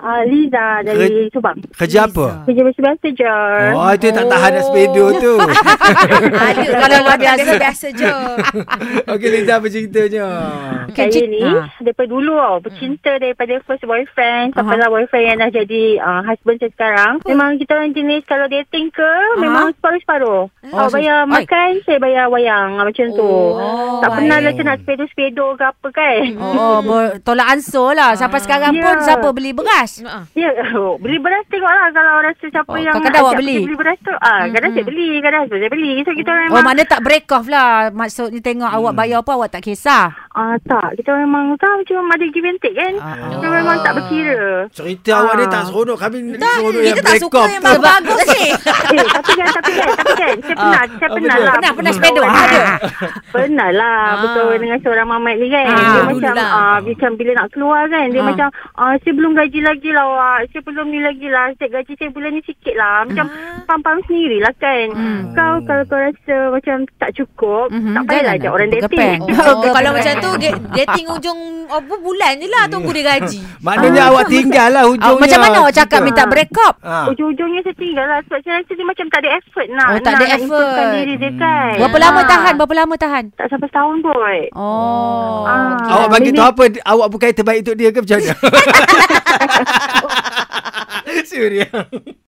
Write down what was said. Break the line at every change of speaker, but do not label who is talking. Uh, Liza dari Subang.
Kerja apa?
Kerja macam biasa je.
Ah. Oh, itu yang tak tahan dah sepeda tu.
Ada kalau ada biasa-biasa je.
Okey, Liza apa ceritanya?
Saya
Kerja-
ni
Ah.
daripada dulu tau Pecinta daripada first boyfriend Sampai lah boyfriend yang dah jadi uh, husband saya sekarang Memang kita orang jenis kalau dating ke Memang separuh-separuh
Oh,
oh, Bayar
so-
makan, saya bayar wayang ah, Macam tu
Oh,
Tak pernah lah
baik.
saya nak sepedo-sepedo ke apa kan
Oh, ber, tolak ansur lah. Sampai sekarang
Ya.
pun siapa beli beras?
Ah.
Ya, oh, beli beras tengok lah Kalau rasa siapa
Oh,
yang
kadang-kadang awak
ajak
beli?
saya beli beras tu ah, Kadang saya beli, kadang husband saya beli So kita orang
Oh,
memang
mana tak break off lah. Maksudnya tengok
Hmm.
awak bayar apa, awak tak kisah.
ah, Tak, kita orang memang tahu Cuma ada give and take kan
Ah,
Kita memang tak berkira
Cerita awak ni tak seronok. Kami ni seronok yang
Kita tak
break
suka
off
yang
tu.
bagus-bagus ni.
Eh, tapi kan, tapi kan, tapi kan. Saya pernah, saya
apa
pernah lah.
dia?
Ah, Pernah, pernah sepeda. Ha, ada.
Pernah lah
Ah.
berkawan dengan seorang mamat ni kan.
Ah,
dia
dulu
macam,
lah.
ah, macam bila nak keluar kan, dia
Ah.
macam, ah, saya belum gaji lagi lah awak. Saya belum ni lagi lah. Saya gaji saya bulan ni sikit lah. Macam
Ah.
pam-pam sendiri lah kan. Kau kalau kau rasa macam tak cukup,
Hmm. Mhm,
tak payahlah
jangan
ajak
nak
orang dating.
bergepeng.
Oh, kalau macam tu da- dating ujung apa bulan je lah tunggu dia gaji.
Maknanya awak tinggal lah
Ah,
hujungnya.
macam mana awak cakap minta break off?
Ha.
Ujung-ujungnya saya tinggal lah sebab saya rasa dia macam tak ada effort nak,
Oh, tak
nak,
ada
nak improvekan
effort. Hmm.
diri dia kan.
Berapa lama
Ah.
tahan? Berapa lama tahan?
Tak sampai setahun kot.
Oh.
Ah.
Awak bagi tahu
Maybe-
apa awak bukan yang terbaik untuk dia ke macam mana? Suria.